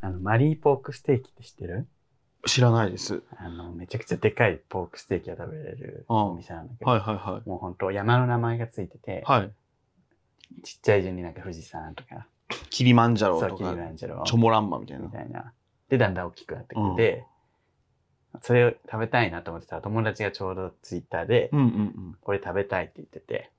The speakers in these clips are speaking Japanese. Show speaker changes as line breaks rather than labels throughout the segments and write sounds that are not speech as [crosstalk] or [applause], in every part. あの、マリーポークステーキって知ってる
知らないです。
あの、めちゃくちゃでかいポークステーキが食べれる
ああ
お店なんだけど、
はいはいは
もう本当山の名前がついてて、
い。はい。
ちっちゃい順になんか富士山とか、
キリマンジャロ
そう、
と
キリ
か、
マンジェロ
チョモランマみたい
み
な。
たいな。で、だんだん大きくなってくれて、それを食べたいなと思ってたら友達がちょうどツイッターで、
うんうんうん。
これ食べたいって言ってて、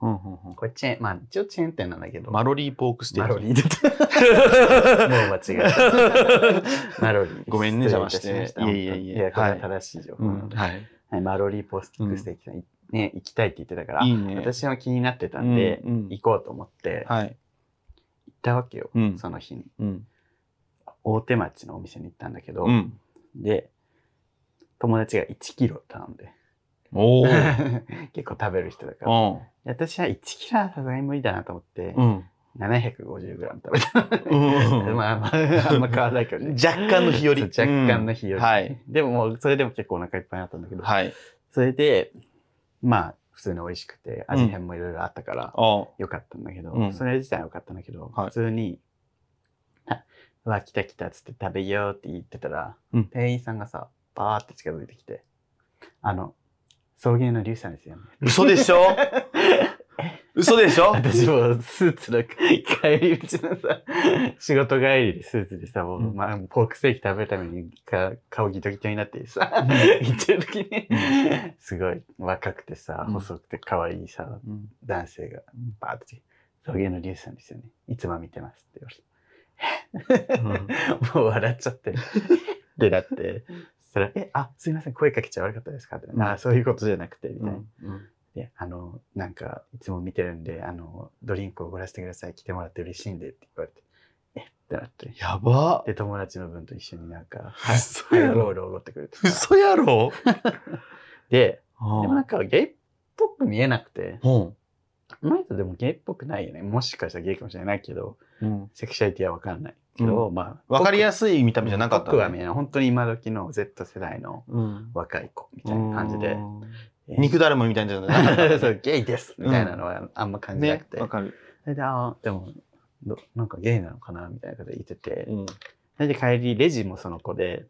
うんうん
これチェーン、まあ一応チェーン店なんだけ
う
ど、
ん、マロリーポークステ
マ
ーキ。
ロ
[laughs]
リー出てもう間違え
[laughs]
た。マロリー。
ごめんね
失礼いたしました
邪魔していえいえいえ
いや、これは
はい
正しい情報
う
なの
ん、
で。
はい。
はい、マロリーポスティックステーキさん、いね、行きたいって言ってたから、
いいね。
私も気になってたんで、
うんうん
行こうと思って、行っ
はい。
たわけよ、
うん
その日に。
うん。
大手町のお店に行ったんだけど、
うん。
で、友達が1キロ頼んで、
おー。
[laughs] 結構食べる人だから、
お
私は1キロはさすがに無理だなと思って、
うん。
750g 食べた。
う
[laughs]
ん
まあまあ、あんま変わらないけどね。
若干の日和。
そう若干の日和、
うんはい。
でももう、それでも結構お腹いっぱいだったんだけど、
はい。
それで、まあ、普通に美味しくて、味変もいろいろあったから、
おう
良かったんだけど、
うん
それ自体は良かったんだけど、
はい
普通に、あうわ、来た来たっつって食べようって言ってたら、
うん
店員さんがさ、バーって近づいてきて、あの、送迎のリュウさんですよね。
嘘でしょ
[laughs]
嘘でしょ
私もスーツの帰り道のさ、仕事帰りでスーツでさ、もう、
うん
まあ、ポークステーキ食べるためにか顔ギトギトになってさ、[laughs]
ん
行ってる時に
う、
すごい若くてさ、
うん
細くて可愛いさ、
うん
男性が
うん
バーッと来て「送迎のリュウさんですよねいつも見てます」って言われて、もう笑っちゃ
[laughs]
ってでだってそしたら「えあすいません声かけちゃ悪かったですか?」って「
うん
あそういうことじゃなくて」みたいな、
うん
であのなんかいつも見てるんであのドリンクおごらせてください来てもらって嬉しいんで」って言われて「えっ?」てなって
やば。
で友達の分と一緒になんか「
嘘
ハイ
や
ロー
ろ。
ルおごってくれて
嘘やろ。
でで
う
もなんかゲイっぽく見えなくて
ん
この人でもゲイっぽくないよねもしかしたらゲイかもしれないけど
うん。
セクシャリティは分かんないけど、まあ。
わかり
す
やすい見た目じゃなかったね。
僕はみんな、本当に今時の Z 世代の
うん。
若い子みたいな感じで。えー
肉だるまみたいなじゃなかった。
[laughs] そう、ゲイですみたいなのはあんま感じなく
ね
て。。
[laughs] わかる。
それで、あーでもど、なんかゲイなのかなみたいなこと言ってて。
うん。
それで帰り、レジもその子で、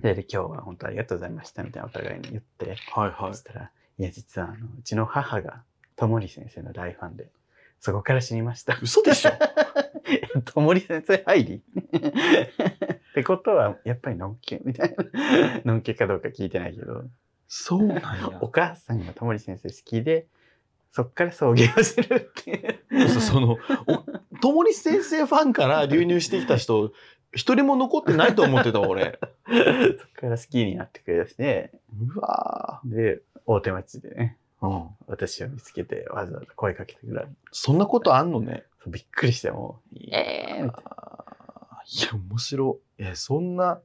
それで今日は本当ありがとうございましたみたいなお互いに言って、
はいは
そしたら、いや、実はあのうちの母が、ともり先生の大ファンで、そこから知りました。
嘘で
[laughs]
しょ
ともり先生入りってことは、やっぱりのんけみたいな。のんけかどうか聞いてないけど、
[laughs] そうなんや
お。母さんがともり先生好きで、そっから送迎をするっていう。
嘘その、おともり先生ファンから流入してきた [laughs] 人、一人も残ってないと思ってた俺。
そっから好きになってくれだして、
[laughs] うわ
で、大手町でね、
ぁ。うん。
私を見つけて、わざわざ声かけてくれた
そんなことあんのね。
そうびっくりして、もう、イエーイみたい
あーいや、面白い。え、そんな、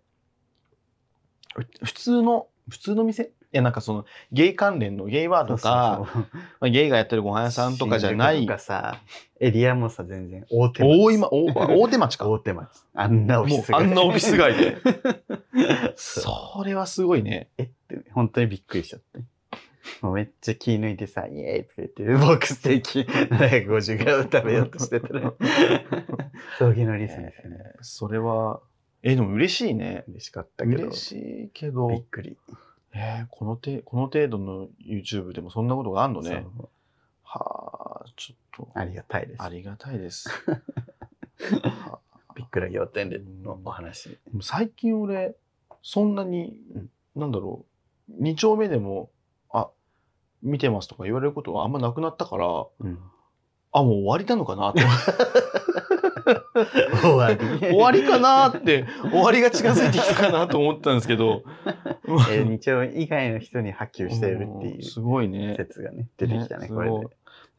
う普通の、普通の店いや、なんかその、ゲイ関連のゲイバー
な
と
そ
か、
うそうそう
まあゲイがやってるご飯屋さんとかじゃな
新
い
宿と、かさ、エリアもさ、全然大手町。
大今、大大手町か。
大手町。あんなオフィス街。
もうあんなオフィス街で。それはすごいね。
[laughs] えって、本当にびっくりしちゃって。もうめっちゃ気抜いてさ、イエーイとか言って、ボックステーキ 750g 食べようとしてた
[laughs]
ら、葬儀のリスンですよね。
それは、え、でも嬉しいね。
嬉しかったけど、
嬉しいけど
び、っくり。
えーこのて、この程度の YouTube でもそんなことがあんのね。
そう
はあ、ちょっと、
ありがたいです
あ。りがた
[laughs]
いです。はあ
びっくら仰天でのお話。
でも最近俺、そんなに
うん、
なんだろう、二丁目でも、あ、見てますとか言われることがあんまなくなったから、
うん、
あ、もう終わりなのかなって
終わり。
終わりかなって、終わりが近づいてきたかなと思ったんですけど、
えー日曜以外の人に波及しているっていう
すごいね。
説がね、出てきたね、
す
こ
ごい
れで。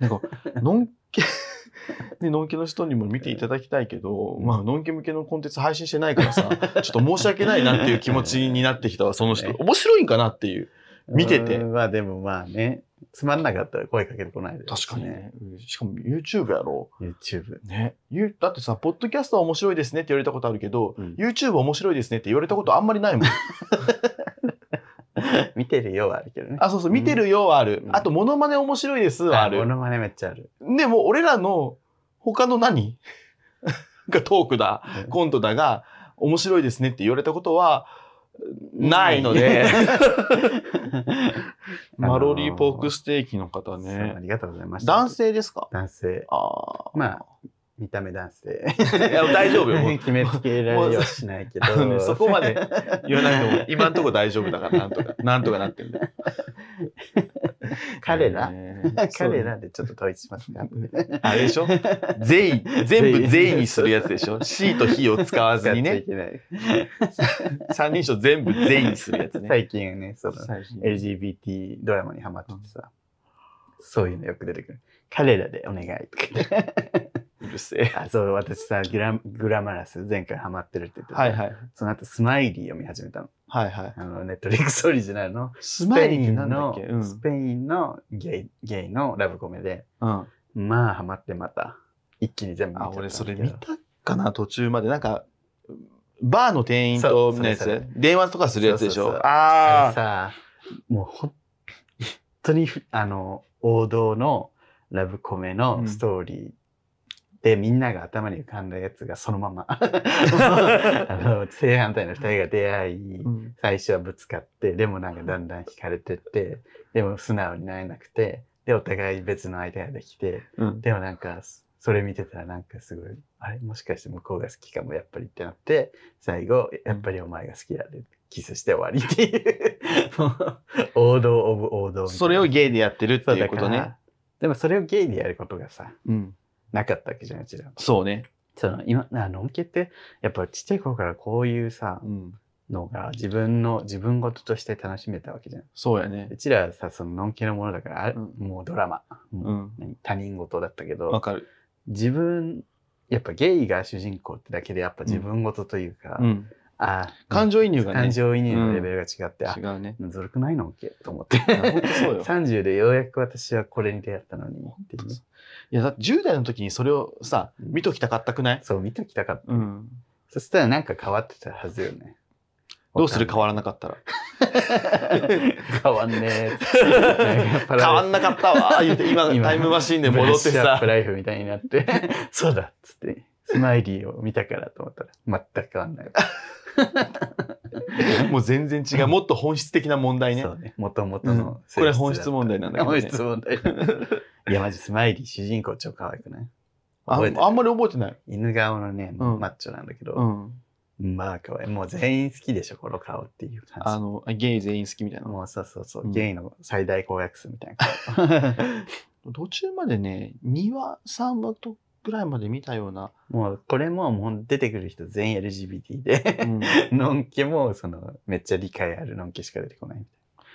なんか、のんけ、 [laughs] ね、のんけの人にも見ていただきたいけど、まあ、のんけ向けのコンテンツ配信してないからさ、ちょっと申し訳ないなっていう気持ちになってきたわ、その人。
ね
面白いんかなっていう。見てて
うーんまあでもまあね、つまんなかったら声かけてこないで、
確かにね。しかも YouTube やろ。
YouTube。 [laughs]
ね。ゆだってさ、ポッドキャストは面白いですねって言われたことあるけど、
うん
YouTube 面白いですねって言われたことあんまりないもん。
見てるよはあるけどね。
あ、そうそう、見てるよはある。
うん
あと、モノマネ面白いですはあ
あ
る
モ。ノマネめっちゃある。
[laughs] でも俺らの他の何かトークだ、コントだが、面白いですねって言われたことは、ないので、 [laughs]
[laughs]
マロリーポークステーキの方
そうあ
ね。
りがとうございました。
男性ですか
男性。
ああ。
まあ、見た目男性。
いや大丈夫 [laughs] よ。も
[laughs]
う
決めつけられるようしないけ
あのね
ど。
そこ [laughs] まで言わなくても、今んとこ大丈夫だから、なん [laughs] とか、なんとかなってるんだよ。
彼ら、
ね [laughs]
彼らでちょっと統一しますか。
あれでし [laughs] ょ全員、全部全員にするやつでしょ ?C と H を使わず
使
に [laughs]
っ
ね。
ちゃいけない
三人称全部全員にするやつね。
最近ね、その
最近
LGBT ドラマにハマっててさ、そういうのよく出てくる。彼らでお願いとか
[laughs]
言って。
うるせえ。
あ、そう、私さ、グラグラマラス前回ハマってるって言ってた
はいはい。
その後、スマイリー読み始めたの。
はいはい。
あの、ネットリックスオリジナルの、
ス
ス
マイ
ペ
リーっ
イ
て
ン
なんだっ
の
け、うん。
スペインのゲイゲイのラブコメで、
うん
まあ、ハマってまた、一気に全部見ちゃっ
あ、
たんだ
俺
けど
それ見たかな途中まで。なんか、バーの店員と、みたいなや
そうそ
つ
れ。
電話とかするやつでし
そう
ょ
そうそうあれ
ああ。
さもう本当にふあの王道のラブコメのストーリー、でみんなが頭に浮かんだやつがそのままあの正反対の2人が出会い
[laughs] うん
最初はぶつかってでもなんかだんだん惹かれてってでも素直になれなくてでお互い別の相手ができて
うん
でもなんかそれ見てたらなんかすごいあれもしかして向こうが好きかもやっぱりってなって最後やっぱりお前が好きだでキスして終わりっていうもう王道オブ王道みたいな
それをゲイでやってるって
そう
いう
だ
こ
から
とね。
でもそれをゲイでやることがさ
うん。
なかったわけじゃんうちら
そうね。
その今あのんけってやっぱちっちゃい頃からこういうさ
うん。
のが自分の自分事として楽しめたわけじゃん
そうやね
う。ちらはさそののんけのものだからあれ、
うん
もうドラマ、もう
うん。
何他人事だったけど、
わかる。
自分やっぱゲイが主人公ってだけでやっぱ自分事というか、
うん。
あー
感情移入がね。
感情移入のレベルが違って、あ
違
[laughs]
うね。
ずるくないのっけと思って
や本当そうよ
30でようやく私はこれに出会ったのにっていう
いや、だって10代の時にそれをさ、
うん
見ときたかったくない
そう見ときたかった
うん。
そしたらなんか変わってたはずよね
どうする変
わ
わらなかったら。
[laughs] 変わんねえ
[laughs] 変わんなかったわー言って、今、
[laughs] 今
タイムマシンで戻って
ブラッシュアッ
さ
プ、ライフみたいになって [laughs] そうだっつってスマイリーを見たからと思ったら全く変わんない [laughs]
もう全然違う。もっと本質的な問題ね
そ。うね。もともと
うん
の
こ
性質だった、
れ本質問題なんだけど
本
ね
質
[laughs]
問題。いや、マジスマイリー主人公超可愛くない
あん
覚えてる
あんまり覚えてない。
犬顔のね、
うん
マッチョなんだけ
う
ど、
ん。
まあ可愛い。もう全員好きでしょ、この顔っていう
あ
感
の、ゲイ全員好きみたい
じ。
な。
もうそうそうそうう、
ん
ゲイの最大公約数みたいな
[laughs]
顔。
途中までね、2話、3話とぐらいまで見たような。
もうこれももう出てくる人全員 LGBT
う
で、
ん、
のんけもそのめっちゃ理解あるのんけしか出てこないみたい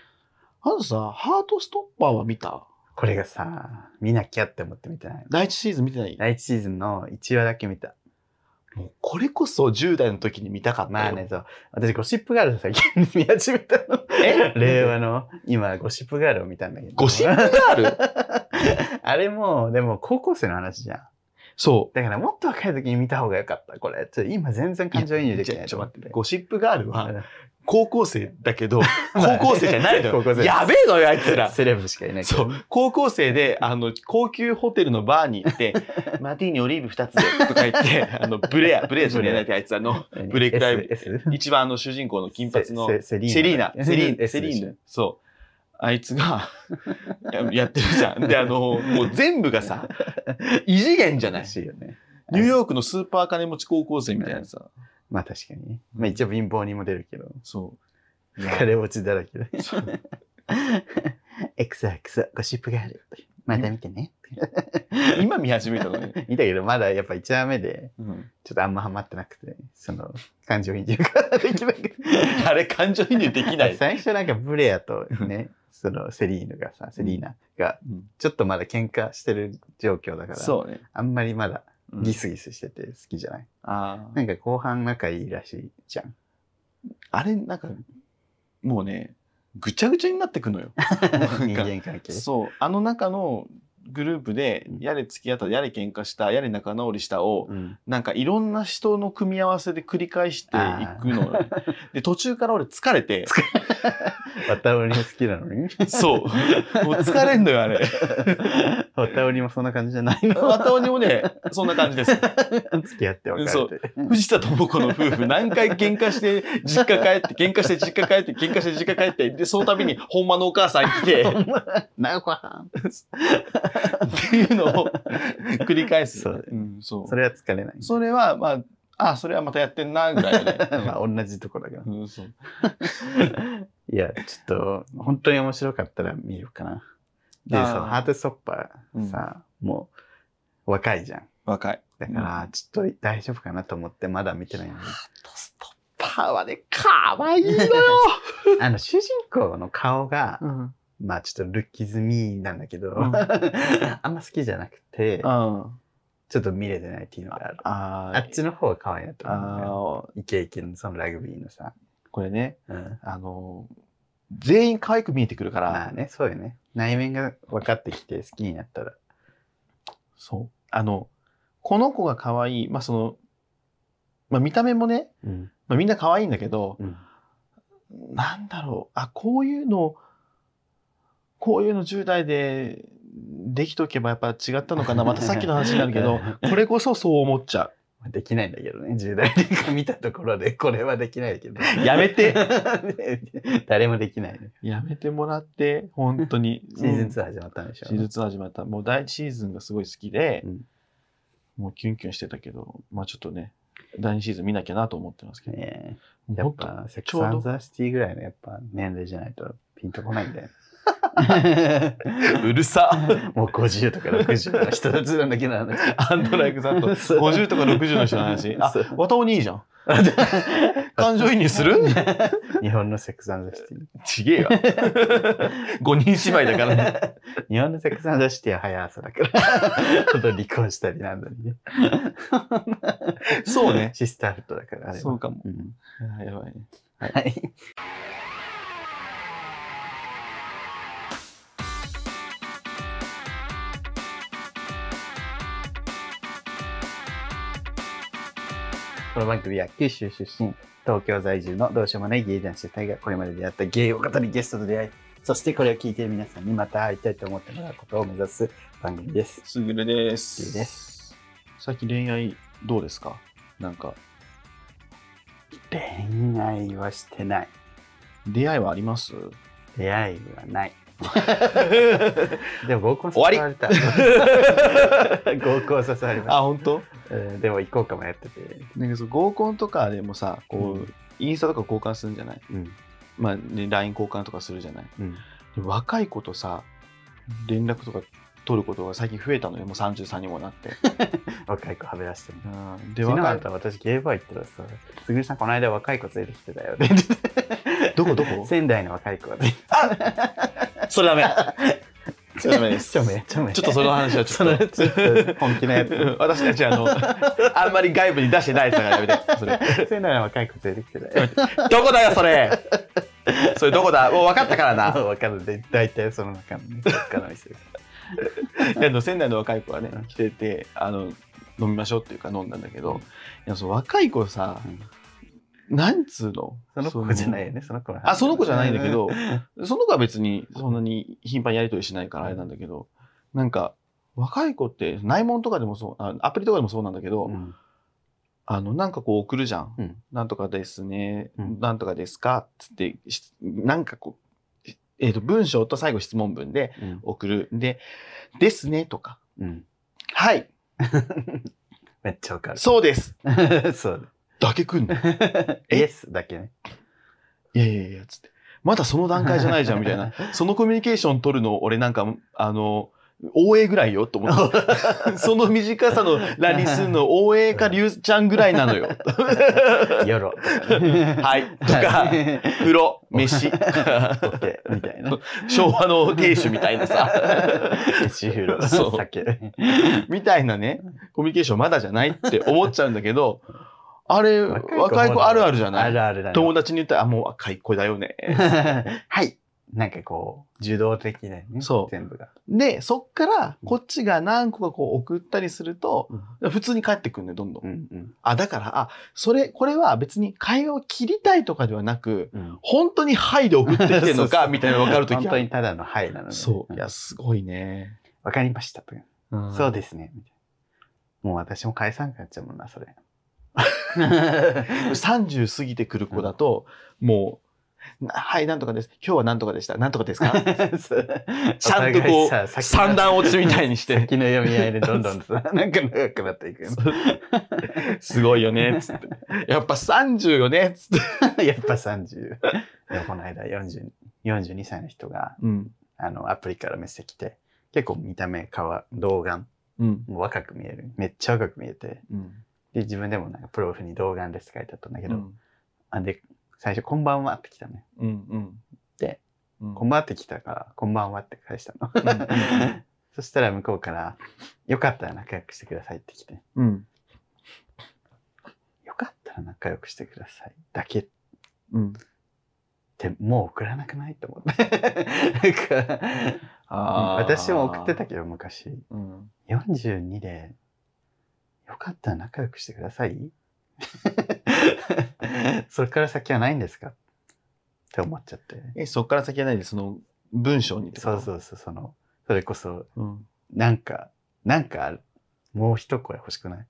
あとさ、ハートストッパーは見た
な。これがさ、見なきゃって思って見てない。
第一シーズン見てない
第一シーズンの1話だけ見た。
もうこれこそ10代の時に見たかったよ。
まあね、そう。私、ゴシップガールさ、 [laughs] 見始めたの。
え
令和の、今、ゴシップガールを見たんだけど。
ゴシップガール
[laughs] あれも、でも、高校生の話じゃん。
そう。
だから、もっと若い時に見た方がよかった、これ。ちょ今、全然感情移入できない。
ちょっと待って、
ゴ
ゴシップガールは高校生だけど、
[laughs] まあね
高校生じゃないの
高校生
よ。
です
やべえのよ、あい
[laughs]
つら。
セレブしかいないけ
そ
ど。
う。高校生で、あの、高級ホテルのバーに行 [laughs] って、マティーニオリーブ2つで、とか言って、 [laughs] あの、ブレア、ブレアじゃないって、あいつあの、
何
ブレイクダイブ
S, S?
一番あの主人公の金髪の
セセセリーナ。
セリーナ、セリーナ、
S
セ
で [laughs]
リ
し
ー
ょ
ナ。そう。あいつがや、やってるじゃん。で、あの、もう全部がさ、異次元じゃない
ら。しいよね。
ニューヨークのスーパー金持ち高校生みたいなさ。
まあ、確かにね。まあ、一応、貧乏にも出るけど。
そ
金持ちだらけだ。
う。そう
[laughs] エクサエクサ、ゴシップガール。また見てね。
今見始めたのね。
見たけど、まだやっぱ1話目で、
[laughs] うん
ちょっとあんまハマってなくて、その、感情移入ができなくて。
あれ、感情移入できない。
最初なんかブレアとね、そのセリーヌがさ、セリーナが、
うん
ちょっとまだ喧嘩してる状況だから、
[laughs] そうね。
あんまりまだ
うん
ギスギスしてて好きじゃない。
あー
なんか後半仲いいらしいじゃ [laughs] ん。
あれ、なんか、もうね、ぐちゃぐちゃになってくのよ。なん
人
か
間関係。
そう。あの中のグループで、やれ付き合った、やれ喧嘩した、やれ仲直りしたを、
うん
なんかいろんな
[laughs]
人の組み合わせで繰り返していくのよ。で、途中から俺疲れて、
わたおりも好きなの [laughs] に。
そう。もう疲れんのよ、あれ。
わたおりもそんな感じじゃないの。
わたおにもね、そんな感じです。
付き合って別
そ
れて。
藤田智子の夫婦、何回喧嘩して、実家帰って、喧嘩して、実家帰って、喧嘩して、実家帰って、で、その度に、ほんまのお母さん来て、っ
なよこはん。
ていうのを繰り返す。
そう
うん、そう。
それは疲れない。
それは、まあ、あ、それはまたやってんな、ぐらいで。
[laughs] まあ、同じとこだけど。
うん、そう。
いや、ちょっと、本当に面白かったら見るかな。で、そ
あー
のハートストッパーさ、もう、若いじゃん。
若い。
だから、ちょっと大丈夫かなと思って、まだ見てないのね
ストッパーはね、かわいいのよ、
[laughs] あの、主人公の顔が、
ん、
まあ、ちょっとルッキズミなんだけど、
うん
[laughs] あんま好きじゃなくて、
あ
ちょっと見れてないっていうのがある。
あ
あっちの方が可愛いなと思うんだよ。
あ
イケイケのそのラグビーのさ。
これね、
うん、
あの、全員可愛く見えてくるから、
まあね、そうよね。内面が分かってきて好きになったら。
そう。あの、この子が可愛い、まあその、まあ見た目もね、
うん。
まあ、みんな可愛いんだけど、
うん。
なんだろう、あ、こういうの、こういうの10代でできとけばやっぱ違った
[laughs]
のかな。またさっきの話になるけど、これこそそう思っちゃ
できないんだけどね。10代で見たところで、これはできないけ
[laughs]
ど。 [laughs]
う。やめて
誰もできないね。
やめてもらって、本当に。
[laughs] シーズン2始まったんでしょ。
シーズン2始まった。もう第一シーズンがすごい好きで、
うん
もうキュンキュンしてたけど、まあちょっとね、第二シーズン見なきゃなと思ってますけど。
ねえ
もう
や
ほん
っ
と
ぱ、セック
ち
ス
ょうど
アンザシティぐらいのやっぱ年齢じゃないとピンとこないんだよ
[laughs]
ね。
う
[laughs]
るさ
もう50とか60の人たちなんだけど、あの人
アンドライクさんと
[laughs] そう
50とか60の人の
[laughs]
話。あ
そ、
わたおにいいじゃ
[laughs]
ん。感情移入する
日本のセックスアンザシティ。
ちげえ [laughs] よ。5人芝居だからね。
日本のセックスアンザシティは早朝だから。ちょっと離婚したりなんだりね。
そうね。
シスターフットだから、あれは。
そうかも。
うん
あやばいね。
はい。この番組は九州出身、東京在住のどうしようもないゲイ男子2人がこれまで出会ったゲイを語りゲストと出会い、そしてこれを聞いている皆さんにまた会いたいと思ってもらうことを目指す番組です。
すぐれで
ゆう
す。
です。
最近恋愛どうですかなんか、
恋愛はしてない。
出会いはあります
出会いは [laughs] ない。でも合コン
終わり
誘われた。 [laughs] 合コン誘われまし
[laughs] あ、本当？
た。うんでも行こうかもやってて。
なんかそう合コンとかでもさこう、
うん
インスタとか交換するんじゃない、
うん。
まあね、LINE 交換とかするじゃない
うん。
で若い子とさ連絡とか取ることが最近増えたのよもう33にもな [laughs] って、
若い子はべらしてる。
うん、で
昨日
若
あ
い
んた私ゲーバー行ったらさ、すぐるさんこの間若い子連れてきてたよね。
どこどこ
[laughs] 仙台の若い子が。
[laughs] それダメ [laughs] それダメです [laughs]
ちょめ、 [laughs] ちょめ。
ちょっと [laughs] その話はち
そ
ょ
の
っと
ちょっと本気なや
うん
つ。
私たちあのあんまり外部に出してないやつだからやめてそれ
仙台の若い子連れてきてたよ。
どこだよそれそれどこだもう分かったからな
わかるで、大体その中のね、どっかの店で
[laughs] いやあの仙台の若い子はね
うん
来ててあの飲みましょうっていうか飲んだんだけどいやその若い子さ、
うん
なんつうの
その子じゃないよね、その子の話
あその子じゃないんだけどその子は別にそんなに頻繁にやり取りしないからあれなんだけどなんか若い子って内門とかでもそうあアプリとかでもそうなんだけど、
うん。
あのなんかこう送るじゃん、
うん
なんとかですね、
うん
なんとかですかっつってしなんかこう、えー、と文章と最後質問文で
うん。
送るで「ですね」とか
うん。
「はい
めっちゃわかる。
[laughs] そうです」
そう。
だけ来んの
[laughs] イエスだけね。
いやいやいや、つって。まだその段階じゃないじゃん、みた
[laughs]
いな。そのコミュニケーション取るの、俺なんか、あの、OA ぐらいよと
[laughs]
思って。その短さのラリスの OA かリュウちゃんぐらいなのよ。
ヨロとかね。
[laughs] はいとか風呂、
[laughs]
飯、
オッケーみたいな。
昭和の亭主みたいなさ。
飯風呂、
そう
酒。
[laughs] みたいなね、コミュニケーションまだじゃないって思っちゃうんだけ
[laughs]
ど、あれ、
若い子
若い子あるあるじゃ
あ
ない
るあるだね。
友達に言ったら、あ、もう若い子だよね。
[laughs] はい。なんかこう、受動的だよね。
そう
全部が。
で、そっから、こっちが何個かこう送ったりすると、
うん
普通に帰ってくるね、どんどん。
うんうん
あ、だから、あ、それ、これは別に会話を切りたいとかではなく、
うん。
本当にはいで送ってきてる
[laughs]
の
そう
か、
そう
みたいなの分かるとき
本当にただのはいなので。
そう。
ん
いや、すごいね。
わかりましたとか。そうですね。みたいなもう私も解散くなっちゃうもんな、
[laughs]
それ。
30過ぎてくる子だと、もう、なはい、なんとかです。今日はなんとかでした。なんとかですかち
ち
ゃんとこう三段落ちみたいにして
先の読み合いでどんどんさ、なんか長くなっていくよね。
[laughs] すごいよね、つって。 [laughs] やっぱ30よね、つって。
やっぱ30。でもこの間40 42歳の人が
うん。
あのアプリからメッセージ来て、結構見た目かわ、童顔、
うん。
もう若く見える。めっちゃ若く見えて。で、自分でもなんかプロフに童顔ですって書いてあったんだけど、あで、最初、こんばんはって来たね。
うん。うん。
で
うん、
こんばんはって来たから、こんばんはって返したの。
ん
[laughs] そしたら向こうから、よかったら仲良くしてくださいって来て、
うん。
よかったら仲良くしてくださいだけっ
うん。
てもう送らなくないと思
[laughs]
って。なんか
あー
私も送ってたけど昔
うん。
42でよかったら仲良くしてください [laughs] それから先はないんですかって思っちゃって
え、そっから先はないで、その文章にってこ
そう
と
そうそうそのそれこそ
うん。
なんかなんかあるもう一声欲しくないよ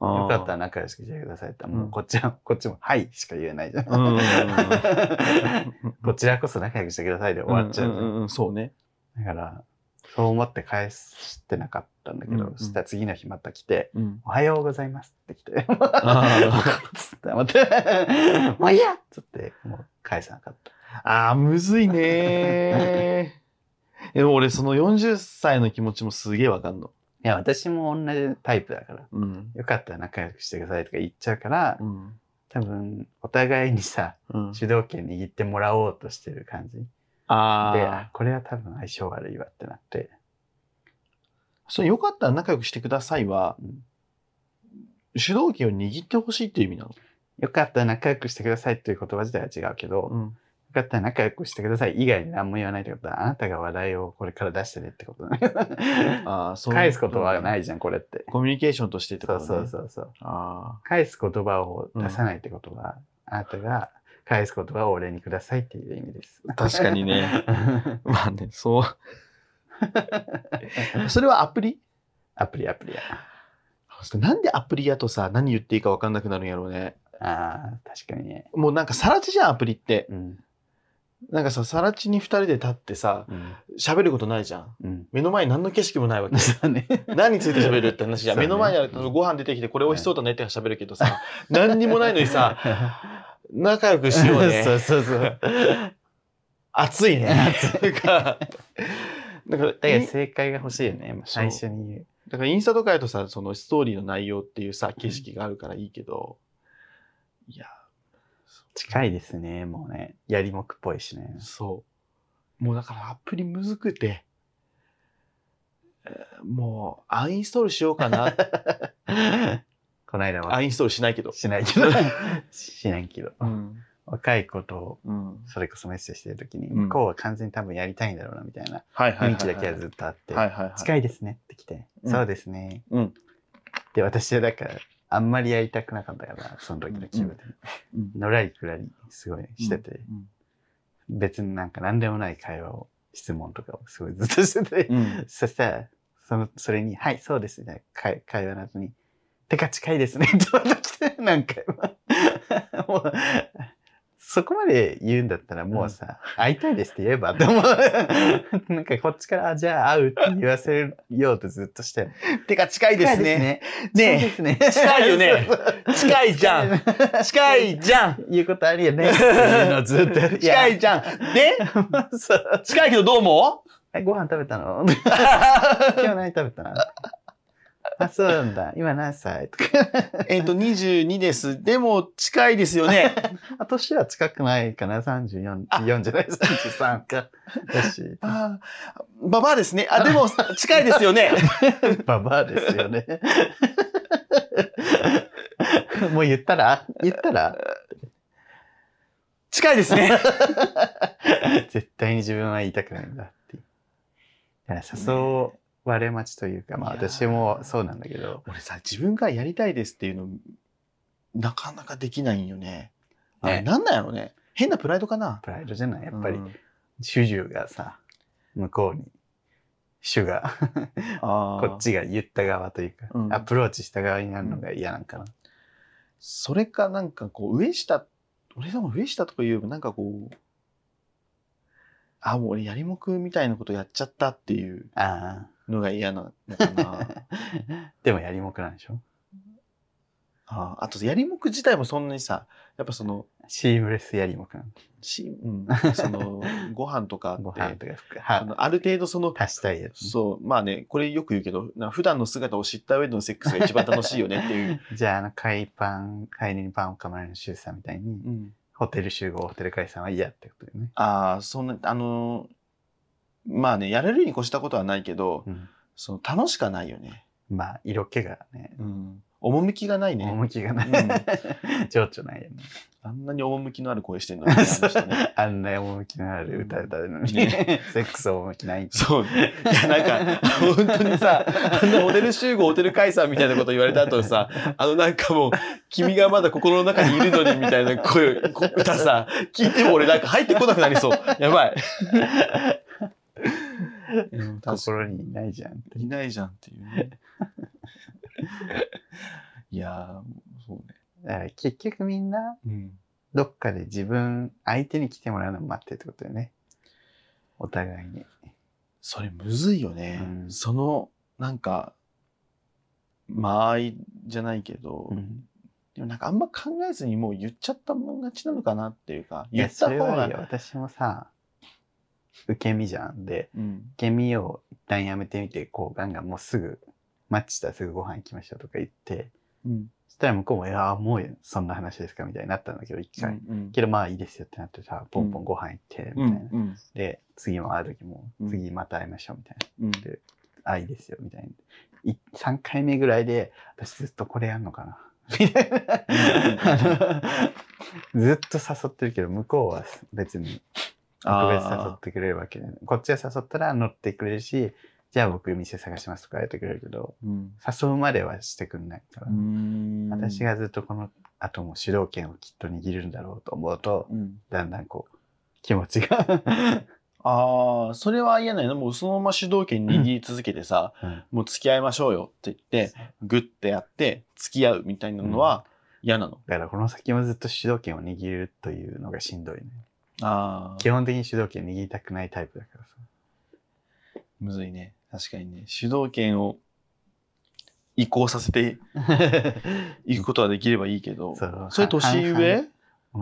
よ
かったら仲良くしてくださいってもううんこっちは、こっちも「はい」しか言えないじゃん、
うん [laughs] うんうん
[laughs] こちらこそ仲良くしてくださいで終わっちゃう,、
んんんそうね。
だからそう思って返してなかったんだけど、
うんうん
そしたら次の日また来て
うん
おはようございますって来て、
あ
つって、待って、 [laughs] もういいやっつって、もう返さなかった。
あー、むずい [laughs] ねー。でも俺、その40歳の気持ちもすげえわかんの。
いや、私も同じタイプだから、
うん。
よかったら仲良くしてくださいとか言っちゃうから
う、ん。
多分、お互いにさ、
うん、
主導権握ってもらおうとしてる感じ。で、
ああ
あ。これは多分相性悪いわってなって、
そのよかったら仲良くしてくださいは、
うん
主導権を握ってほしいっていう意味なの。
よかったら仲良くしてくださいという言葉自体は違うけど、よ
ん。
かったら仲良くしてください以外に何も言わないってことは、あなたが話題をこれから出してねってことだね。
[laughs] ああ、そう。。
返すことはないいじゃん、これって。
コミュニケーションとしてってこ
そ
と
う
ね。
そうそうそう。
あ
返す言葉を出さないってことは、あなたが返す言葉を俺にくださいっていう意味です。
あ。確かにね。 [laughs] まあね、
[laughs]
そう。それはアプリ
アプリアプリや。
なんでアプリやとさ、何言っていいか分かんなくなるんやろうね。
ああ、確かにね。
もうなんかさら地じゃん、アプリって。
うん。
なんかさ、さら地に二人で立ってさ、
うん。
喋ることないじゃん。
うん。
目の前に何の景色もないわけ。
そうね。
何について喋るって話じゃん。
そう
目
ね
の前にある
うん
ご飯出てきて、これ美味しそうだねって喋るけどさ、 [laughs] 何にもないのにさ、仲良くしよう
そ
[laughs] ね。
うそうそう。
暑いね。 [laughs] なんか、だか
だ
ら
か
イ
ら
ン
正解が欲しいよね。最初に言う。
だからインスタとかやとさ、そのストーリーの内容っていうさ、景色があるからいいけど、いや、
近いですね、もうね。やりもくっぽいしね。
そう。もうだからアプリむずくて、えーもうアンインストールしようか [laughs] な。
この間
ア
は
ンインストールしないけど。
しないけど。しないけど。
うん。
若い子と、
うん。
それこそメッセージしてるときに、
うん
向こうは完全に多分やりたいんだろうな、みたいな。
はいはいはい、はい。
雰囲気だけはずっとあって、
はいはいはい。
近いですねって来て、
うん
そうですね。
うん
で、私はだから、あんまりやりたくなかったから、その時の気分で。
うん
のらりくらり、すごいしてて、別になんか何でもない会話を、質問とかをすごいずっとしてて、
うん。うん。
[laughs] そしたら、その、それに、はい、そうですね、会会話の後に、てか近いですね、 [laughs] ってまた来て、何回も。 [laughs] もう、そこまで言うんだったらもうさ、会いたいですって言えばって思う。 [laughs] なんかこっちから、あじゃあ会うって言わせようとずっとしてる。
てか近いですね。ねえ
そうですね。
近いよね
[laughs] そうそう
近いじゃん。 [laughs] 近いじゃん。
言うことあるよね。っていうのをずっとやる。
[laughs] 近いじゃん。 [laughs] で、
やそう
近いけどどうも
[laughs] えご飯食べたの [laughs] 今日何食べたの [laughs] あ、そうなんだ。今何歳とか。
[laughs] えっと、22です。でも、近いですよ [laughs] ね。
あ、年は近くないかな ?34、4じゃない ?33 か。だし、
[laughs] あーババアですね。あ、でも、近いですよ [laughs] ね。
ババアですよ
[laughs]
ね。
[laughs]
もう言ったら言ったら
近いですね。 [laughs]
絶対に自分は言いたくないんだっていう。だから誘われ待ちというか、まあ
いやー
私もそうなんだけど、
俺さ、自分がやりたいですっていうの、なかなかできないんよね。あれ
ね
なんなんやろね。変なプライドかな。
プライドじゃないやっぱり
う、ん
主従がさ、向こうに、主が、
あ
こ
ー
っちが言った側というか、
うん
アプローチした側になるのが嫌なんかな。
それかなんかこう、上下、俺でも上下とかいうよりもなんかこう、あ、もう俺やりもくみたいなことやっちゃったっていう
あ
のが嫌なのかな。
[laughs] あ。でもやりもくなんでしょ
あーあと、やりもく自体もそんなにさ、やっぱその、
シームレスやりもくなんだ。
しうん、その、ご飯とか
ご
っ
飯
て、
とか服、
あ
は、
のある程度その、
足したいやつね。
そう、まあね、これよく言うけど、な普段の姿を知った上でのセックスが一番楽しいよねっ
[laughs]
ていう。
じゃあ、あの、海パン、海にパンを噛まれるシュウさんみたいに、
うん、
ホテル集合、ホテル解散は嫌ってことだよね。
ああ、そんな、あのーまあね、やれるに越したことはないけど、
うん。
その楽しかないよね。
まあ、色気がね、
うん。趣がないね。
趣がない。情緒ないよね。
あんなに趣のある声して
[laughs]
るのに、あの人ね
あんな趣のある歌歌うのに、
ね
セックスは趣ない。
そう。いや、なんか、本当にさ、あの、ホテル集合、ホテル解散みたいなこと言われた後にさ、あの、なんかもう、君がまだ心の中にいるのに、みたいな声、こ歌さ、聞いても俺なんか入ってこなくなりそう。やばい。
心にいないじゃん。
いないじゃんっていうね。いやー、そうね。
だから結局みんな、
うん。
どっかで自分、相手に来てもらうのを待ってるってことだよね。お互いに。
それむずいよね。
うん
その、なんか、間合いじゃないけど、
ん。
でもなんかあんま考えずにもう言っちゃったもん勝ちなのかなっていうか、
い
言
や、
った
そ
方
れはいいよ
が。
私もさ、受け身じゃん。で、
うん。
受け身を一旦やめてみて、こうガンガンもうすぐ、マッチしたらすぐご飯行きましょうとか言って、
うん。
そしたら向こうも、いやー、もうそんな話ですかみたいになったんだけど、一
う
回。
ん。
けどまあいいですよってなってさ、ポンポンご飯行って、みたいな。
うん。
で、次も会う時も
う、ん
次また会いましょうみたいな。
うん。
あ、いいですよ、みたいな。い3回目ぐらいで、私ずっとこれやんのかな。みたいな。あの [laughs] ずっと誘ってるけど、向こうは別に特別誘っ
あ
てくれるわけで、こっちが誘ったら乗ってくれるし、じゃあ僕店探しますとかやってくれるけど、
ーうん。
誘うまではしてくんないから、
うん
私、がずっとこの後も主導権をきっと握るんだろうと思うと、
うん。
だんだんこう、気持ちが [laughs]
ああ、それは嫌ないの。もうそのまま主導権握り続けてさ、
うん
もう付き合いましょうよって言って、グッてやって、付き合うみたいなのは嫌なの。
だからこの先もずっと主導権を握るというのがしんどいね。
あ
基
あ、
本的に主導権握りたくないタイプだからさ。
むずいね。確かにね。主導権を移行さ
[laughs]
せていくことはできればいいけど、
そう
それ年
半
上
々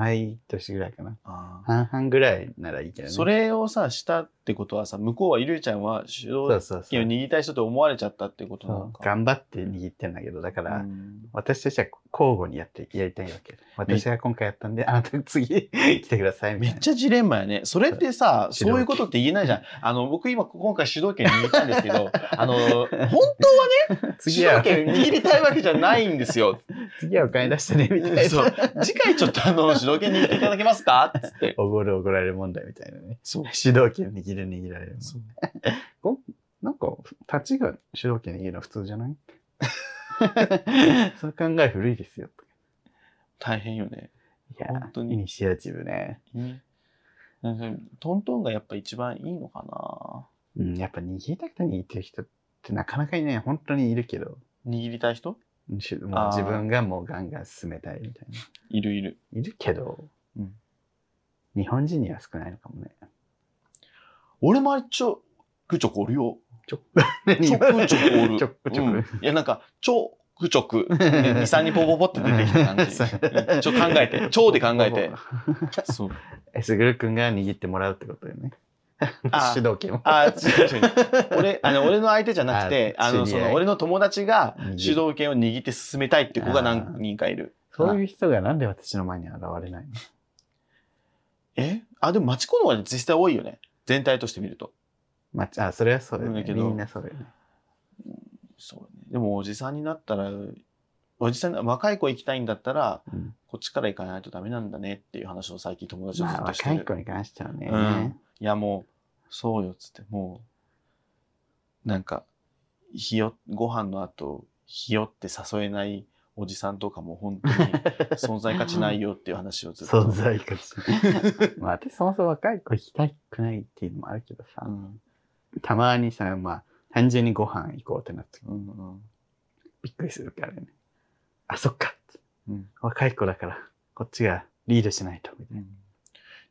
同い年ぐらいかな。
あー
半々ぐらいならいいけどね。
それをさ、したってことはさ、向こうはゆりちゃんは主
そう
導
そうそう
権を握りたい人と思われちゃったってことなのか。
頑張って握ってんだけど、だから、
うん
私としては交互にやって、やりたいわけ。私が今回やったんで、あなた次 [laughs] 来てください、み
め
たい
っ
な。
ちゃジレンマやね。それってさ、
主導権
そういうことって言えないじゃん。あの、僕今、今回主導権握ったんです
[laughs]
けど、あの、本当はね、主
次
導
は、
権握りたいわけじゃないんですよ。
[laughs] 次はお金出してね、みたいな。
そう。次回ちょっとあの、主導権握っていただけますかつって。
おごるおごられる問題みたいなね。
そう。
主導権握る握られる。なんか、立ちが主導権握るの普通じゃない
[laughs]
その考え古いですよ。
大変よね。
いや、
本当に
イニシアチブね。
なんか、トントンがやっぱ一番いいのかな
うん、やっぱ握りたくて握ってる人ってなかなかいない。本当にいるけど、
握りたい人
しもう
あー
自分がもうガンガン進めたいみたいな。
いるいる。
いるけど、
うん
日本人には少ないのかもね。
俺も一応、くちょくおる
[laughs]
よ。
ちょ、
ちょくちょくお
[laughs]
る。
ちょくちょく
うんいや、なんか、ちょくちょく、ね、2、3にポ
[laughs]
ポポって出てきた感じ。
そう
うんちょっと考えて、超で考えて。。そう。
[laughs] え、すぐるくんが握ってもらうってことよね。
あ
主導権を。
あー、違う違う。俺、あの、俺の相手じゃなくて、
あ
あの、
知
そ
り合い
の、俺の友達が
握る
主導権を握って進めたいって子が何人かいる。
そういう人がなんで私の前に現れないの
えあ、でも、町子の方が実際多いよね。全体として見ると。
まあ、あそれはそうだよ
そう
ね。
だけど
みんなそうだよね。
そうね。でも、おじさんになったら、おじさん若い子行きたいんだったら、
うん
こっちから行かないとダメなんだねっていう話を最近友達とず
まあ、
っとして
若
る、
い子に関してはね。
うんいやもうそうよっつってもうなんかひよご飯の後ひよって誘えないおじさんとかも本当に存在価値ないよっていう話をずっ
[laughs]
と
存在価値。
[laughs]
まあ、私そもそも若い子行きたくないっていうのもあるけどさ、
うん
たまにさ、まあ、単純にご飯行こうってなって
うんうん
びっくりするからね。あ、そっか。
うん
若い子だから、こっちがリードしないと。みたいな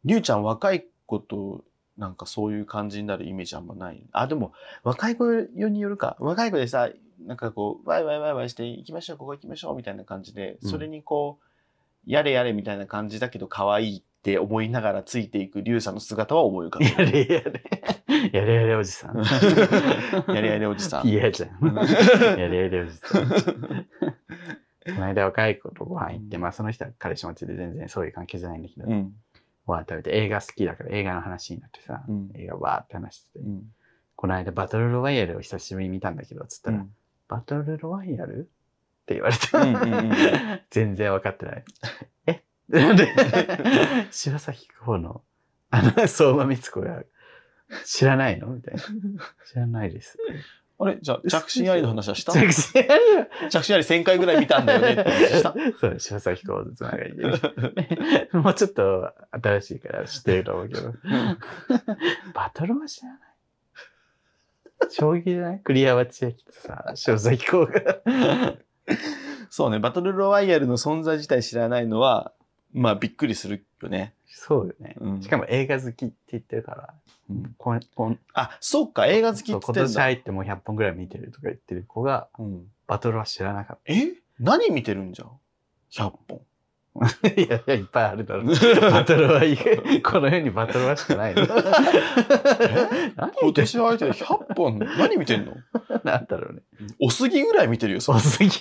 りゅうちゃん若い子となんかそういう感じになるイメージあんまないあでも若い子よによるか若い子でさなんかこうワイワイワイワイして行きましょうここ行きましょうみたいな感じで
うん
それにこう、やれやれみたいな感じだけど可愛いって思いながらついていくりゅうさんの姿は思い浮かべる
やれやれ。やれやれおじさん。
[laughs] やれやれおじさん
嫌じゃん。
[laughs]
やれやれおじさん。この間若い子とご飯行って、まあその人は彼氏持ちで全然そういう関係じゃないんだけど、
うん
ご飯食べて映画好きだから映画の話になってさ、
うん
映画わーって話してて、
うん
この間バトルロワイヤルを久しぶりに見たんだけど、つったら、バトルロワイヤルって言われた。
うんうんうん
[laughs] 全然分かってない。えで、 [laughs] 柴咲コウの、あの、相馬光子が、知らないのみ
[laughs]
たいな。知らないです。
あれじゃあ着信ありの話はした [laughs]
着信ありは
着信あり1000回ぐらい見たんだよねって話した
[laughs] そう、柴咲コウつながりで。 [laughs] もうちょっと新しいから知ってると思うけ
[laughs]
ど。バトルは知らない。将棋じゃない栗山千明とさ、柴咲コウが。
[laughs] そうね、バトルロワイヤルの存在自体知らないのは、まあびっくりするよね。
そうよね。
うん
しかも映画好きって言ってるから、
うん
こんこん
あ、そうか、映画好きって言
そう
って
今
ん
年
だ。
入ってもう100本ぐらい見てるとか言ってる子が、
うん、
バトルは知らなかっ
え何見てるんじゃん ?100
[laughs] た。
本。
[laughs] いやいや、いっぱいあるだろう。 [laughs] バトルはいい。 [laughs] この世にバトルはしかない [laughs] の。何
今
見てる
年入って100本、何見てんの
なんだろうね。
おすぎぐらい見てるよ、そ
おすぎ。 [laughs]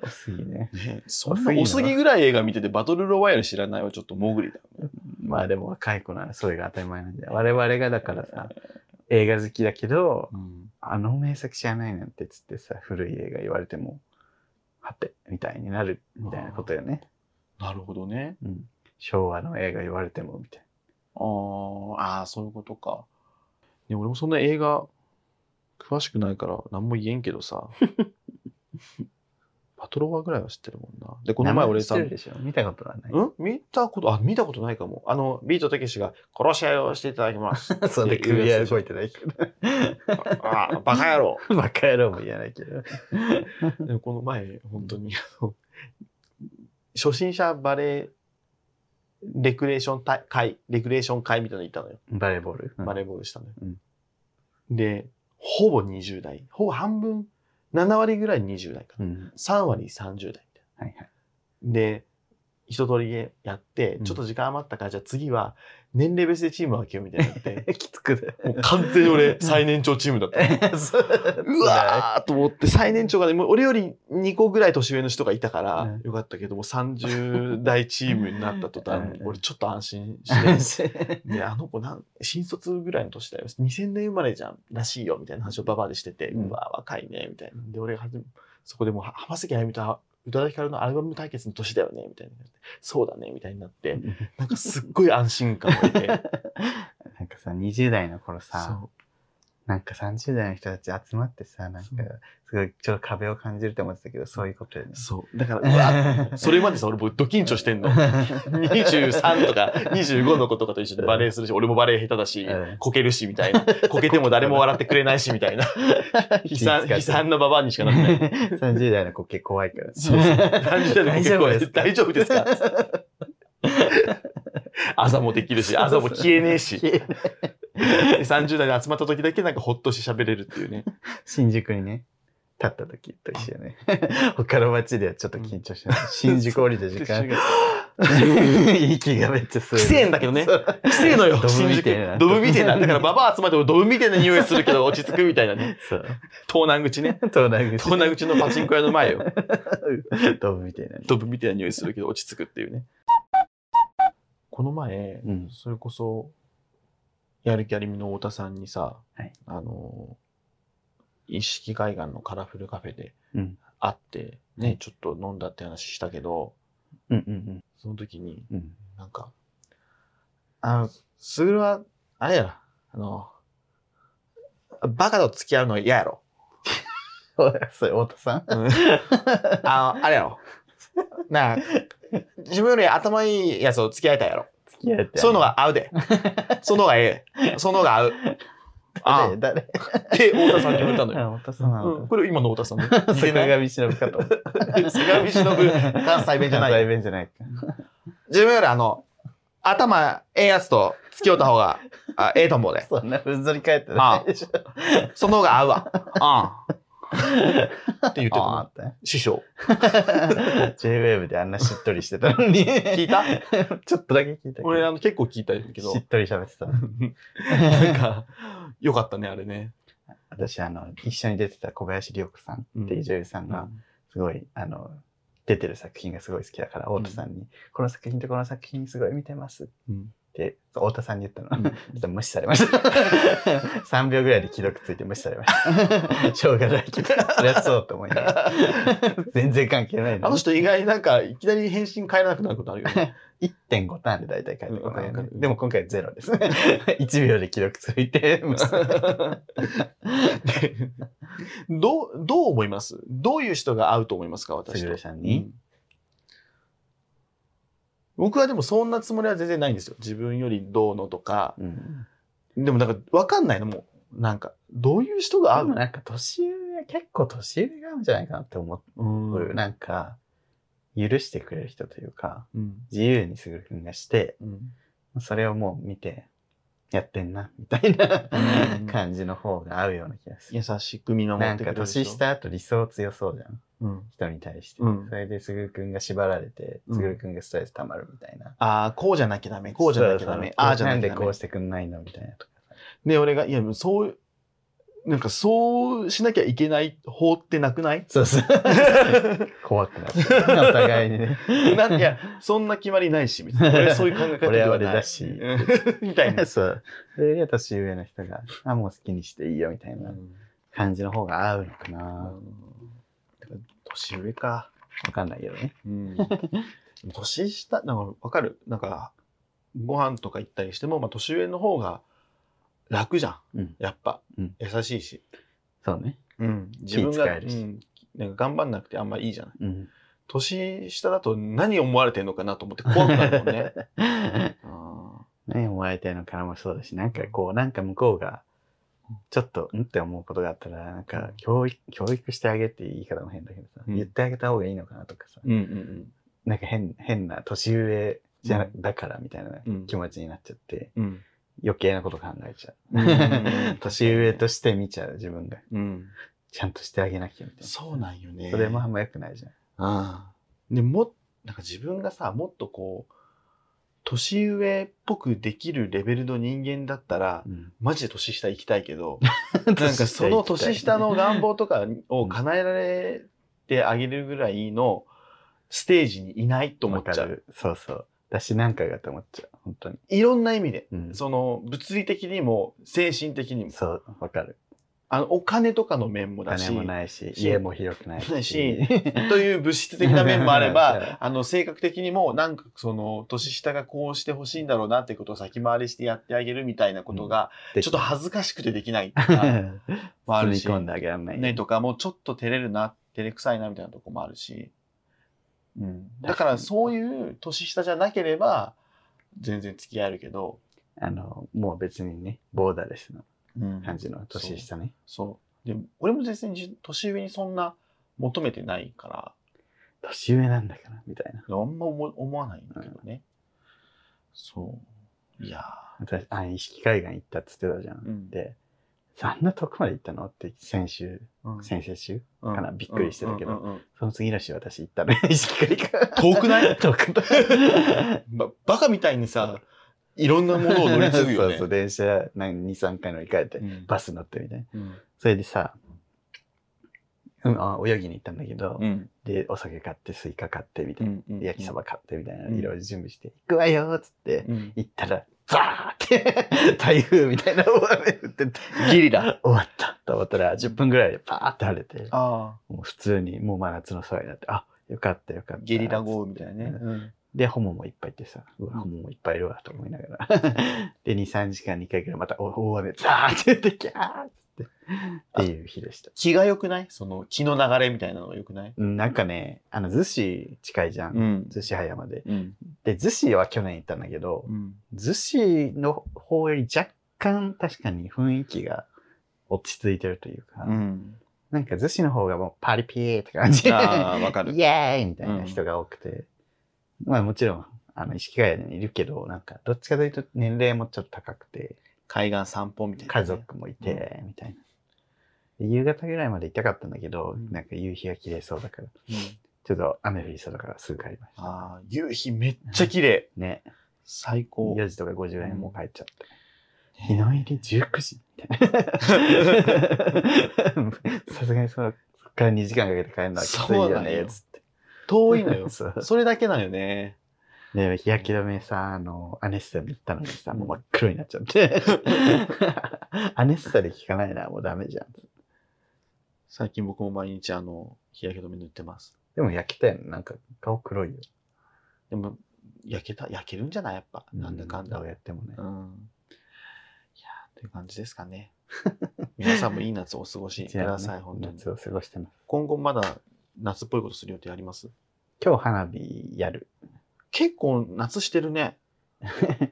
おすぎね。
ね、そんなお
お
す
す
ぎ
ぎ
ぐらい映画見ててバトルロワイヤル知らないはちょっともぐりだよね。
まあでも若い子ならそれが当たり前なんで。我々がだからさ、映画好きだけど、あの名作知らないなんてつってさ、古い映画言われても、はて、みたいになる、みたいなことよね。
なるほどね。
うん。昭和の映画言われても、みたいな。
あーあー、そういうことか。ね、俺もそんな映画、詳しくないから何も言えんけ
[laughs]
どさ。バトロワぐらいは知ってるもんな。で、この前俺さ、
名前知ってるでしょ見たことはない。
うん [laughs] 見たこと、あ、見たことないかも。あの、ビートたけしが殺し合いをしていただきます。
そんな首は動いてないけど。
ああ、バカ
[laughs]
野郎。
バカ野郎も言えないけど。
でもこの前、本当に、あの初心者バレー、レクレーション大会、レクレーション会みたいなの行ったのよ。
バレーボール。
バレーボールしたね。
うん
で、ほぼ20代。ほぼ半分、7割ぐらい20代か
う
な。
ん。
3割30代みたい
はい
[laughs]
はい。
な。で、一通りやって
う、ん
ちょっと時間余ったから、じゃあ次は年齢別でチーム分けようみたいになって、 [laughs]
きつく
もう完全に俺最年長チームだった。
ない。 [laughs] そう
[laughs] うわーと思って、最年長がね、もう俺より2個ぐらい年上の人がいたから、
うん
よかったけども、30代チームになった途端、
うん
俺ちょっと安心
[laughs]
して、
ー。
で、あの子なん、新卒ぐらいの年だよ。2000年生まれじゃん、らしいよ、みたいな話をババアでしてて、
う
うんわ、若いね、みたいな。で、俺が初め、そこでもう、は浜崎あゆみと宇多田ヒカルのアルバム対決の年だよね、みたいな。そうだね、みたいになって、なんかすっごい安心感を得 [laughs] て。
なんかさ、20代の頃さ、
そ
なんか30代の人たち集まってさ、なんか
そ、
すごいちょっと壁を感じると思ってたけど、そういうことよね
う。。そう。だから、うわそれまでさ、俺僕ド緊張してんの。23とか25の子とかと一緒でバレーするし、俺もバレー下手だし
うん、
こけるしみたいな。こけても誰も笑ってくれないしみたい [laughs] な。悲惨、悲惨なババアにしかなって [laughs] ない。
30代の子結構怖いから。
そう [laughs] そう。30代の
大
結
丈
構
夫ですか
大丈夫ですか朝もできるし、朝も消えねえし。で30代で集まった時だけなんかほっとして喋れるっていうね。
新宿にね、立った時と一緒
[laughs]
ね。他の街ではちょっと緊張してない。新宿降りた時間、 [laughs] 息がめっちゃ吸
くせえんだけどね。
そう
くせえのよ。
ドブみてえな
新宿ドブみてえな。だからババア集まってもドブみてえな匂いするけど落ち着くみたいなね。
そう。
東南口ね。
東南口。
東南口のパチンコ屋の前よ。
ドブみたいなね。
ドブみたいな匂いするけど落ち着くっていうね。この前、
うん
それこそ、やる気ありみの太田さんにさ、
はい
あの、一色海岸のカラフルカフェで、
うん
あって、ね、ちょっと飲んだって話したけど、
うんうん
その時に、
うんうん。
なんか、あの、すぐるは、あれやろ、あの、バカと付き合うの嫌やろ。
それ、太田さん
うんあ
[laughs]
の、あれやろ。なあ自分より頭いいやつを付き合いたいやろ。
付き合って。
そういうのが合
[laughs]
うで。その方がええ。その方が合う。あ
誰誰
って太田さんに言われたのよ。
あ太田さんな
うんんこれ今の [laughs] 太田さんね。
[laughs] だ。坂上忍かと思った。
[laughs] 菅見忍関西弁じゃない
関西。
よ
弁じゃないか。
自分よりあの、頭ええやつと付き合った方があええと思うで。
そんなふんぞり返って [laughs] ないでしょ。
その方が合うわ。うん。って言ってた
あ
の。
ーっ
師匠。
て。J-Wave [laughs] であんなしっとりしてたのに。
聞いた
ちょっとだけ聞いたけど。
俺あの結構聞いたけど
しっ。とり喋ってたの。
なんか、よかったね、あれね。
私、あの、一緒に出てた小林涼子さんっていう女優さんが、
う
すごい、あの、出てる作品がすごい好きだから、太田さんに、この作品とこの作品すごい見てますっ
ん
て、そう太田さんに言ったの。
うん
ちょっと無視されました。3秒ぐ [laughs] らいで既読ついて無視されま [laughs] した。しょうがないけど、そりゃそうと思いながら。全然関係ないの
[laughs] あの
に。
人意外になんか、いきなり返信変えなくなることあるよね。
1.5ターンで大体書いてこないよ
うんわか
ね
る。
でも今回ゼロです。1秒で既読ついて無視されま
でどう、どう思いますどういう人が合うと思いますか
した。
私
すぐ
と
る。さんに。
僕はでもそんなつもりは全然ないんですよ。自分よりどうのとか。
うん
でもなんか分かんないのもう。なんか、どういう人が合
でも
う
なんか年上、結構年上が合うんじゃないかなって思
うん
う。なんか、許してくれる人というか、
うん
自由にすぐる君がして、
うん
それをもう見て、やってんな、みたいな
う
[laughs]
ん
感じの方が合うような気がする。
優しく見守
な
っ
ん
てくれ
か
る人。
年下だと理想強そうじゃん
うん。
人に対して、
うん
それで卓くんが縛られて
うん
卓くんがストレス溜まるみたいな、
ああ、こうじゃなきゃダメ、こうじゃなきゃダ
そう
メ
そう、
ああじゃな
なん
き
で
ゃダ
こ
メ
う。してくんないのみたいなとか
で、俺が、いや、もうそう、なんかそうしなきゃいけない法ってなくない
[laughs] そうそう怖くなってお互いに
[laughs]
ね [laughs]
なんいや、そんな決まりないし、みたいな。俺はそういう考え方
俺
で
は
は
俺
ない。
だし
うん [laughs] みた
[laughs]
いな。
そうそれで年上の人があもう好きにしていいよみたいな感じの方が合うのかなわ、
うん年上か。
かんないけどね [laughs]
年下、なんかわかるなんか、ご飯とか行ったりしても、まあ、年上の方が楽じゃん。
うん
やっぱ、
うん
優しいし。
そうね
自分が、
気遣えるし
うんなんか頑張んなくてあんまいいじゃない。
うん
年下だと何思われてんのかなと思って怖くなるも
[laughs]
んね。あ
ね、思われてるのからもそうだし、なんかこう、なんか向こうが、ちょっと、んって思うことがあったら、なんか、教育、教育してあげって言い方も変だけどさ、
うん
言ってあげた方がいいのかなとかさ、
ーうんうん
なんか変、変な、年上じゃ、
う
だからみたいな
うん
気持ちになっちゃって、
うん。うん
余計なこと考えちゃ
うん
[laughs]
うんう
う。
ん
年上として見ちゃう自分が、
うん、
ちゃんとしてあげなきゃみたいな。
そうなんよね。
それもあんま良くないじゃん。
うん。でも、なんか自分がさ、もっとこう、年上っぽくできるレベルの人間だったら、マジで年下行きたい
[laughs]
けど、
なん
なんかその年下の願望とかを叶えられてあげるぐらいのステージにいないと思っちゃう。
そうそう。だしなんかがと思っちゃう。本当に。
いろんな意味で。
うん
その、物理的にも、精神的にも。
そう、わかる。
あの、お金とかの面も
お
だし
金、もないし、
し
家も広くない
な
[laughs]
いし
う
という物質的な面もあれ
[laughs] そう
ば、あの、性格的にも、なんかその、年下がこうしてほしいんだろうなってことを先回りしてやってあげるみたいなことが、
ん
ちょっと恥ずかしくてできないと
積 [laughs]
かもある
み
し、
込んであげらんない。
ね、とか、もうちょっと照れるな、照れくさいなみたいなとこもあるし、うん。だからそういう年下じゃなければ、全然付き合えるけど、
あの、もう別にね、ボーダーレスな
うん
感じの年下ね。
そう。で、俺も別にじ年上にそんな求めてないから、
年上なんだから、みたいな。
あんま思思わないんだけどね。そう。いや
私、あ、意識海岸行ったっつってたじゃん。
うん
で、あんな遠くまで行ったのって先週、
ー、うん
先々週
うん
かなびっくりしてたけど
うんうんうんうん
その次の週私行 [laughs] ったの、意識海岸。
遠くない
[laughs] 遠くない
ばバカみたいにさ、いろんなものを乗り継ぐよね。
そうそう、電車何、2、3回乗り換えて
う、ん
バス乗ってみたいな。
うん
それでさ、うん、あ泳ぎに行ったんだけど、
うん
で、お酒買って、スイカ買って、みたいな。
うんうん
焼きそば買ってみたいな、
うん
いろいろ準備して、行くわよーっつって、
うん
行ったら、ザーって、台風みたいな大雨降ってて、
ギリだ。
終わったと思ったら、10分ぐらいでパーって晴れて、
あ
もう普通にもう真夏の騒いになって、あ、よかったよか
あ
った。
ゲリラ豪雨みたいなね。
で、ホモもいっぱいいてさ、うわ、ホモもいっぱいいるわと思いながら。 [laughs] で、2、3時間に1回ぐらいまたお大雨、ザーって言って、キャーってって。っていう日でした。
気が良くないその気の流れみたいなのが良くない
うんなんかね、あの、逗子近いじゃん。
ん。
逗子葉山で。
うん。
で、逗子は去年行ったんだけど、
うん。
逗子の方より若干確かに雰囲気が落ち着いてるというか、
うん。
なんか逗子の方がもうパリピーって感じ。
ああ、
[laughs]
わかる。
イエーイみたいな人が多くて、まあもちろん、あの、意識外にいるけど、なんか、どっちかというと年齢もちょっと高くて、
海岸散歩みたいなね。
家族もいて、みたいな。で夕方ぐらいまで行きたかったんだけど、
うん
なんか夕日が綺麗そうだから、
うん。
ちょっと雨降りそうだからすぐ帰りました。
ああ、夕日めっちゃ綺麗。
[laughs] ね。
最高。
4時とか50円もう帰っちゃった。日
ね
の入り19時 [laughs] みたいな。さすがにそのそっから2時間かけて帰るのはきつい
そう
よ
なん
ね、
よ
つって。。
遠いの [laughs] よ
[laughs] そう
それだけなんよね。
で、日焼け止めさ、あの、アネッサで行ったのにさ、もう真っ黒になっちゃ
[laughs]
って。アネッサで効かないな、もうダメじゃん。
最近僕も毎日あの、日焼け止め塗ってます。
でも焼けたよね。なんか顔黒いよ。
でも、焼けた、焼けるんじゃないやっぱ。なんだかんだ。
どう
う。
ん
い
や
や
ってもね。
ーという感じです
[laughs]
かね。皆さんもいい夏をお過ごしください、本当に。
夏を過ごしてます。
今後まだ夏っぽいことする予定あります
今日花火やる。 [laughs]
結構夏してるね。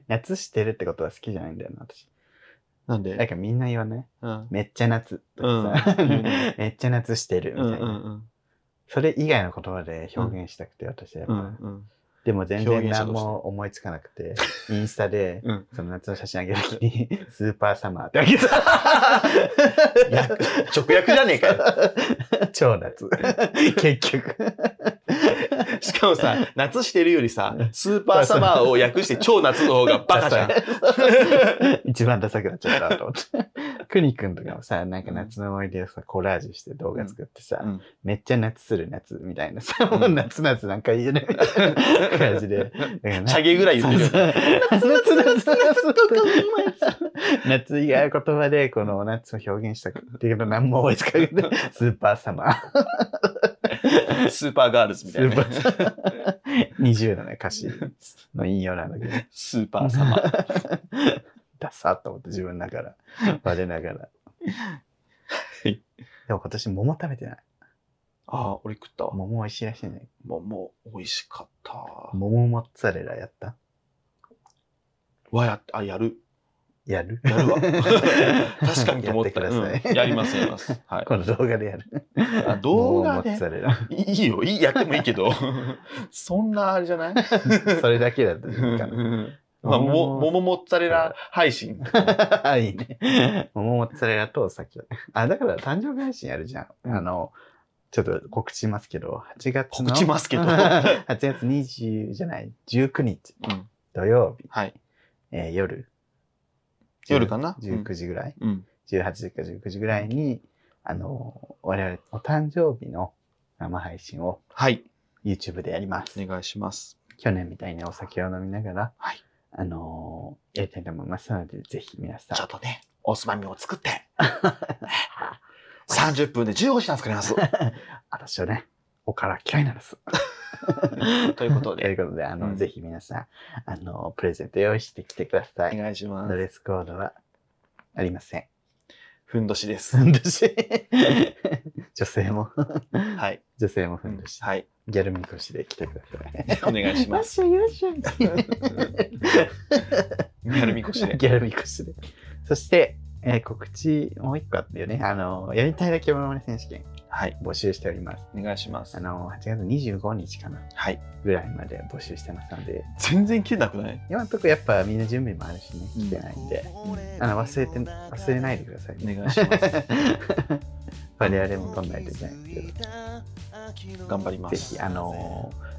夏してるってことは好きじゃないんだよな、私。
なん
なん
で、
かみんな言わない
うん。
めっちゃ夏とかさ、
うん
[laughs] めっちゃ夏してるみ
うん
たい
う
な、
んうん
それ以外の言葉で表現したくて、私はやっ
う
ぱ、
んうん
でも全然
表現者
何
として
も思いつかなくて、インスタ
[laughs]
で、
うん
その夏の写真あげるときに、 [laughs] スーパーサマーってあげた。 [laughs]
訳直訳じゃねえかよ。
超
[laughs]
夏。結局。
しかもさ、夏してるよりさ、スーパーサマーを訳して超夏の方がバ
[laughs]
カじゃん。
一番ダサくなっちゃったと思って。 [laughs] くにくんとかもさ、なんか夏の思い出をさ、コラージュして動画作ってさ、
うん
めっちゃ夏する夏みたいなさ、
うん
もう夏夏なんか言えないみたいな感じで。
チャゲぐらい言って
[laughs]
るよ。 [laughs]
夏夏夏夏とか夏以外の言葉でこの夏を表現したくっていうの何も思いつかなくて、
[laughs]
スーパーサマー。
スーパーガールズみ
ス
たい
ーパ
な
ー。サマー。20のね、歌詞の引用なんだけど。
スーパーサマー。 [laughs]
ダサっと思って自分ながら、我ながら。
い
でも今年桃食べてない。
ああ、俺食ったわ。
桃美味しいらしいね。
桃、美味しかった。
桃モッツァレラやった
わや、あ、やる。
やる
やる [laughs] わ。確かにと思った。
やってください
うんやります、やります。はい。
この動画でやる。
あ動画
桃モ
で
ッツァレラ。
いいよ、いい、やってもいいけど。そんなあれじゃない
それだけだといいかな。
[laughs] まあ、も、ももモッツァレラ配信。
[laughs] いいね。桃モッツァレラとさっきの。あ、だから誕生日配信やるじゃん。あの、ちょっと告知しますけど、8月の。
告知ます
[laughs]
けど
8月20じゃない、19日
うん
土曜日、
はい。
えー夜。
夜かなうん
19時ぐらい、
うん。
18時か19時ぐらいに、あの、我々お誕生日の生配信を
はい。
YouTube でやります。
お願いします。
去年みたいにお酒を飲みながら、
はい
あのーやりたいと思いますので、ぜひ皆さん
ちょっ。とね、おつまみを作って。30分で15品作れ [laughs] ます。
私はね、おから嫌いなんです。
[laughs] ということ
とい
で、
うことで、あの、
うん
ぜひ皆さん、あの、プレゼント用意してきてくださ
お
い。
願いしま
ド
す。
レスコードはありません。
ふんどしです。
ふんどし。 [laughs] 女性も、
はい。
女性もふんどし。
はい。
ギャルみこしで来てください。
お願いします。
す。よっしゃよっしゃ
ギャルみこしで。
[laughs] ギャルみこしで。そして、えー告知、もう一個あったよね。あの、やりたいだけものまね選手権 [laughs]
はい。
募集しております。
お願いします
あ。の、8月25日かな、
はい。
ぐらいまで募集してますので、
全然切れなくない
今のとこやっぱみんな準備もあるしね、来てないんで、
うん
あの忘れて、忘れないでください
お
ね。
願いします。
[laughs] 我々も撮んないといけないんですけど、
頑張りま
ぜ
す。
ひ、あのー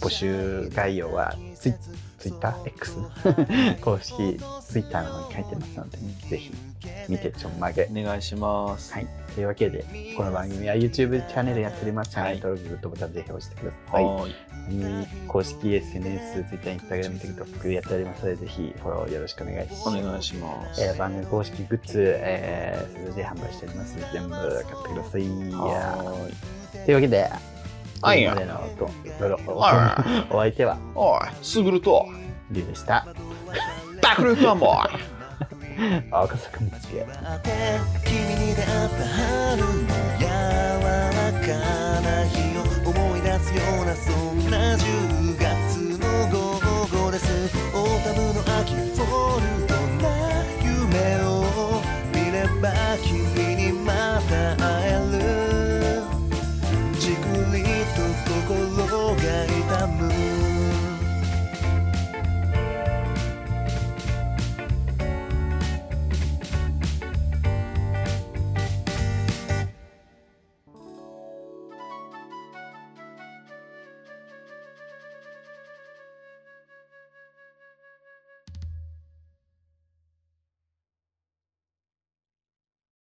募集概要はツイツイッター X [laughs] 公式ツイッターの方に書いてますので、ぜひ見てちょんまげ。
お願いします。
はい。というわけで、この番組は YouTube チャンネルやっております。チャンネル登録、グッドボタンぜひ押してください。
はーい
番組公式 SNS、Twitter、Instagram、TikTok やっておりますので、ぜひフォローよろしくお願いします。
お願いします。
えー番組公式グッズ、えー、それで販売しております。全部買ってください。いや
はーい。
ーというわけで、
あいや
ここまでの音どうぞ
あ
[laughs] お相手は
おい、すぐると、
リュウでした。
バックルファンボーイ
赤坂見つけ。
君に出会った春の柔らかな日を思い出すようなそんな10